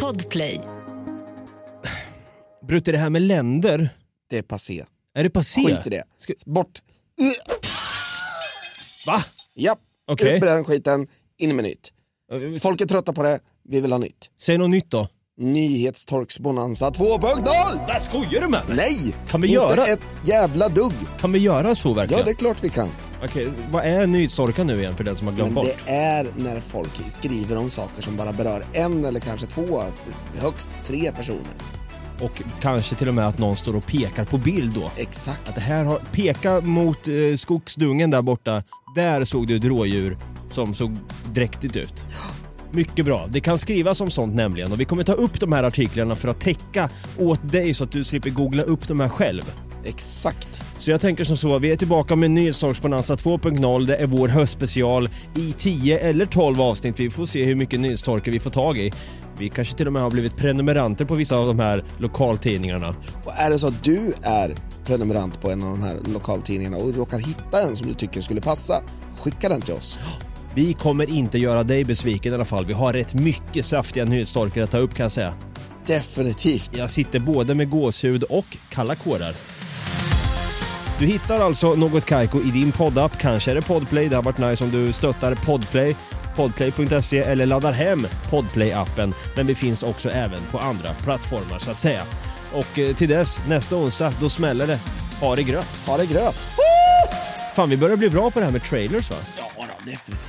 Podplay. Brutte, det här med länder, Det är passé. är det passé? Skit i det. Ska- Bort. Uh, Va? Japp. Okej. Ut med den skiten, in med nytt. Folk är trötta på det, vi vill ha nytt. Säg något nytt då. Nyhetstorksbonanza 2.0! Vad skojar du med mig? Nej! Kan vi inte göra- ett jävla dugg. Kan vi göra så Ja, verkligen? det är klart vi kan. Okej, vad är nyhetstorka nu igen för den som har glömt Men bort? det är när folk skriver om saker som bara berör en eller kanske två, högst tre personer. Och kanske till och med att någon står och pekar på bild då. Exakt. Att det här har, peka mot eh, skogsdungen där borta. Där såg du ett rådjur som såg dräktigt ut. Mycket bra. Det kan skrivas om sånt nämligen och vi kommer ta upp de här artiklarna för att täcka åt dig så att du slipper googla upp de här själv. Exakt. Så jag tänker som så, vi är tillbaka med Nyhetstorksbonanza 2.0. Det är vår höstspecial i 10 eller 12 avsnitt. Vi får se hur mycket nyhetstorka vi får tag i. Vi kanske till och med har blivit prenumeranter på vissa av de här lokaltidningarna. Och är det så att du är prenumerant på en av de här lokaltidningarna och råkar hitta en som du tycker skulle passa, skicka den till oss. Vi kommer inte göra dig besviken i alla fall. Vi har rätt mycket saftiga nyhetstorkar att ta upp kan jag säga. Definitivt. Jag sitter både med gåshud och kalla kårar. Du hittar alltså Något Kaiko i din poddapp. Kanske är det Podplay. Det har varit nice om du stöttar Podplay, podplay.se eller laddar hem Podplay-appen. Men vi finns också även på andra plattformar så att säga. Och eh, till dess, nästa onsdag, då smäller det. Ha det gröt. Ha det gröt. Fan, vi börjar bli bra på det här med trailers va? Ja, då, definitivt.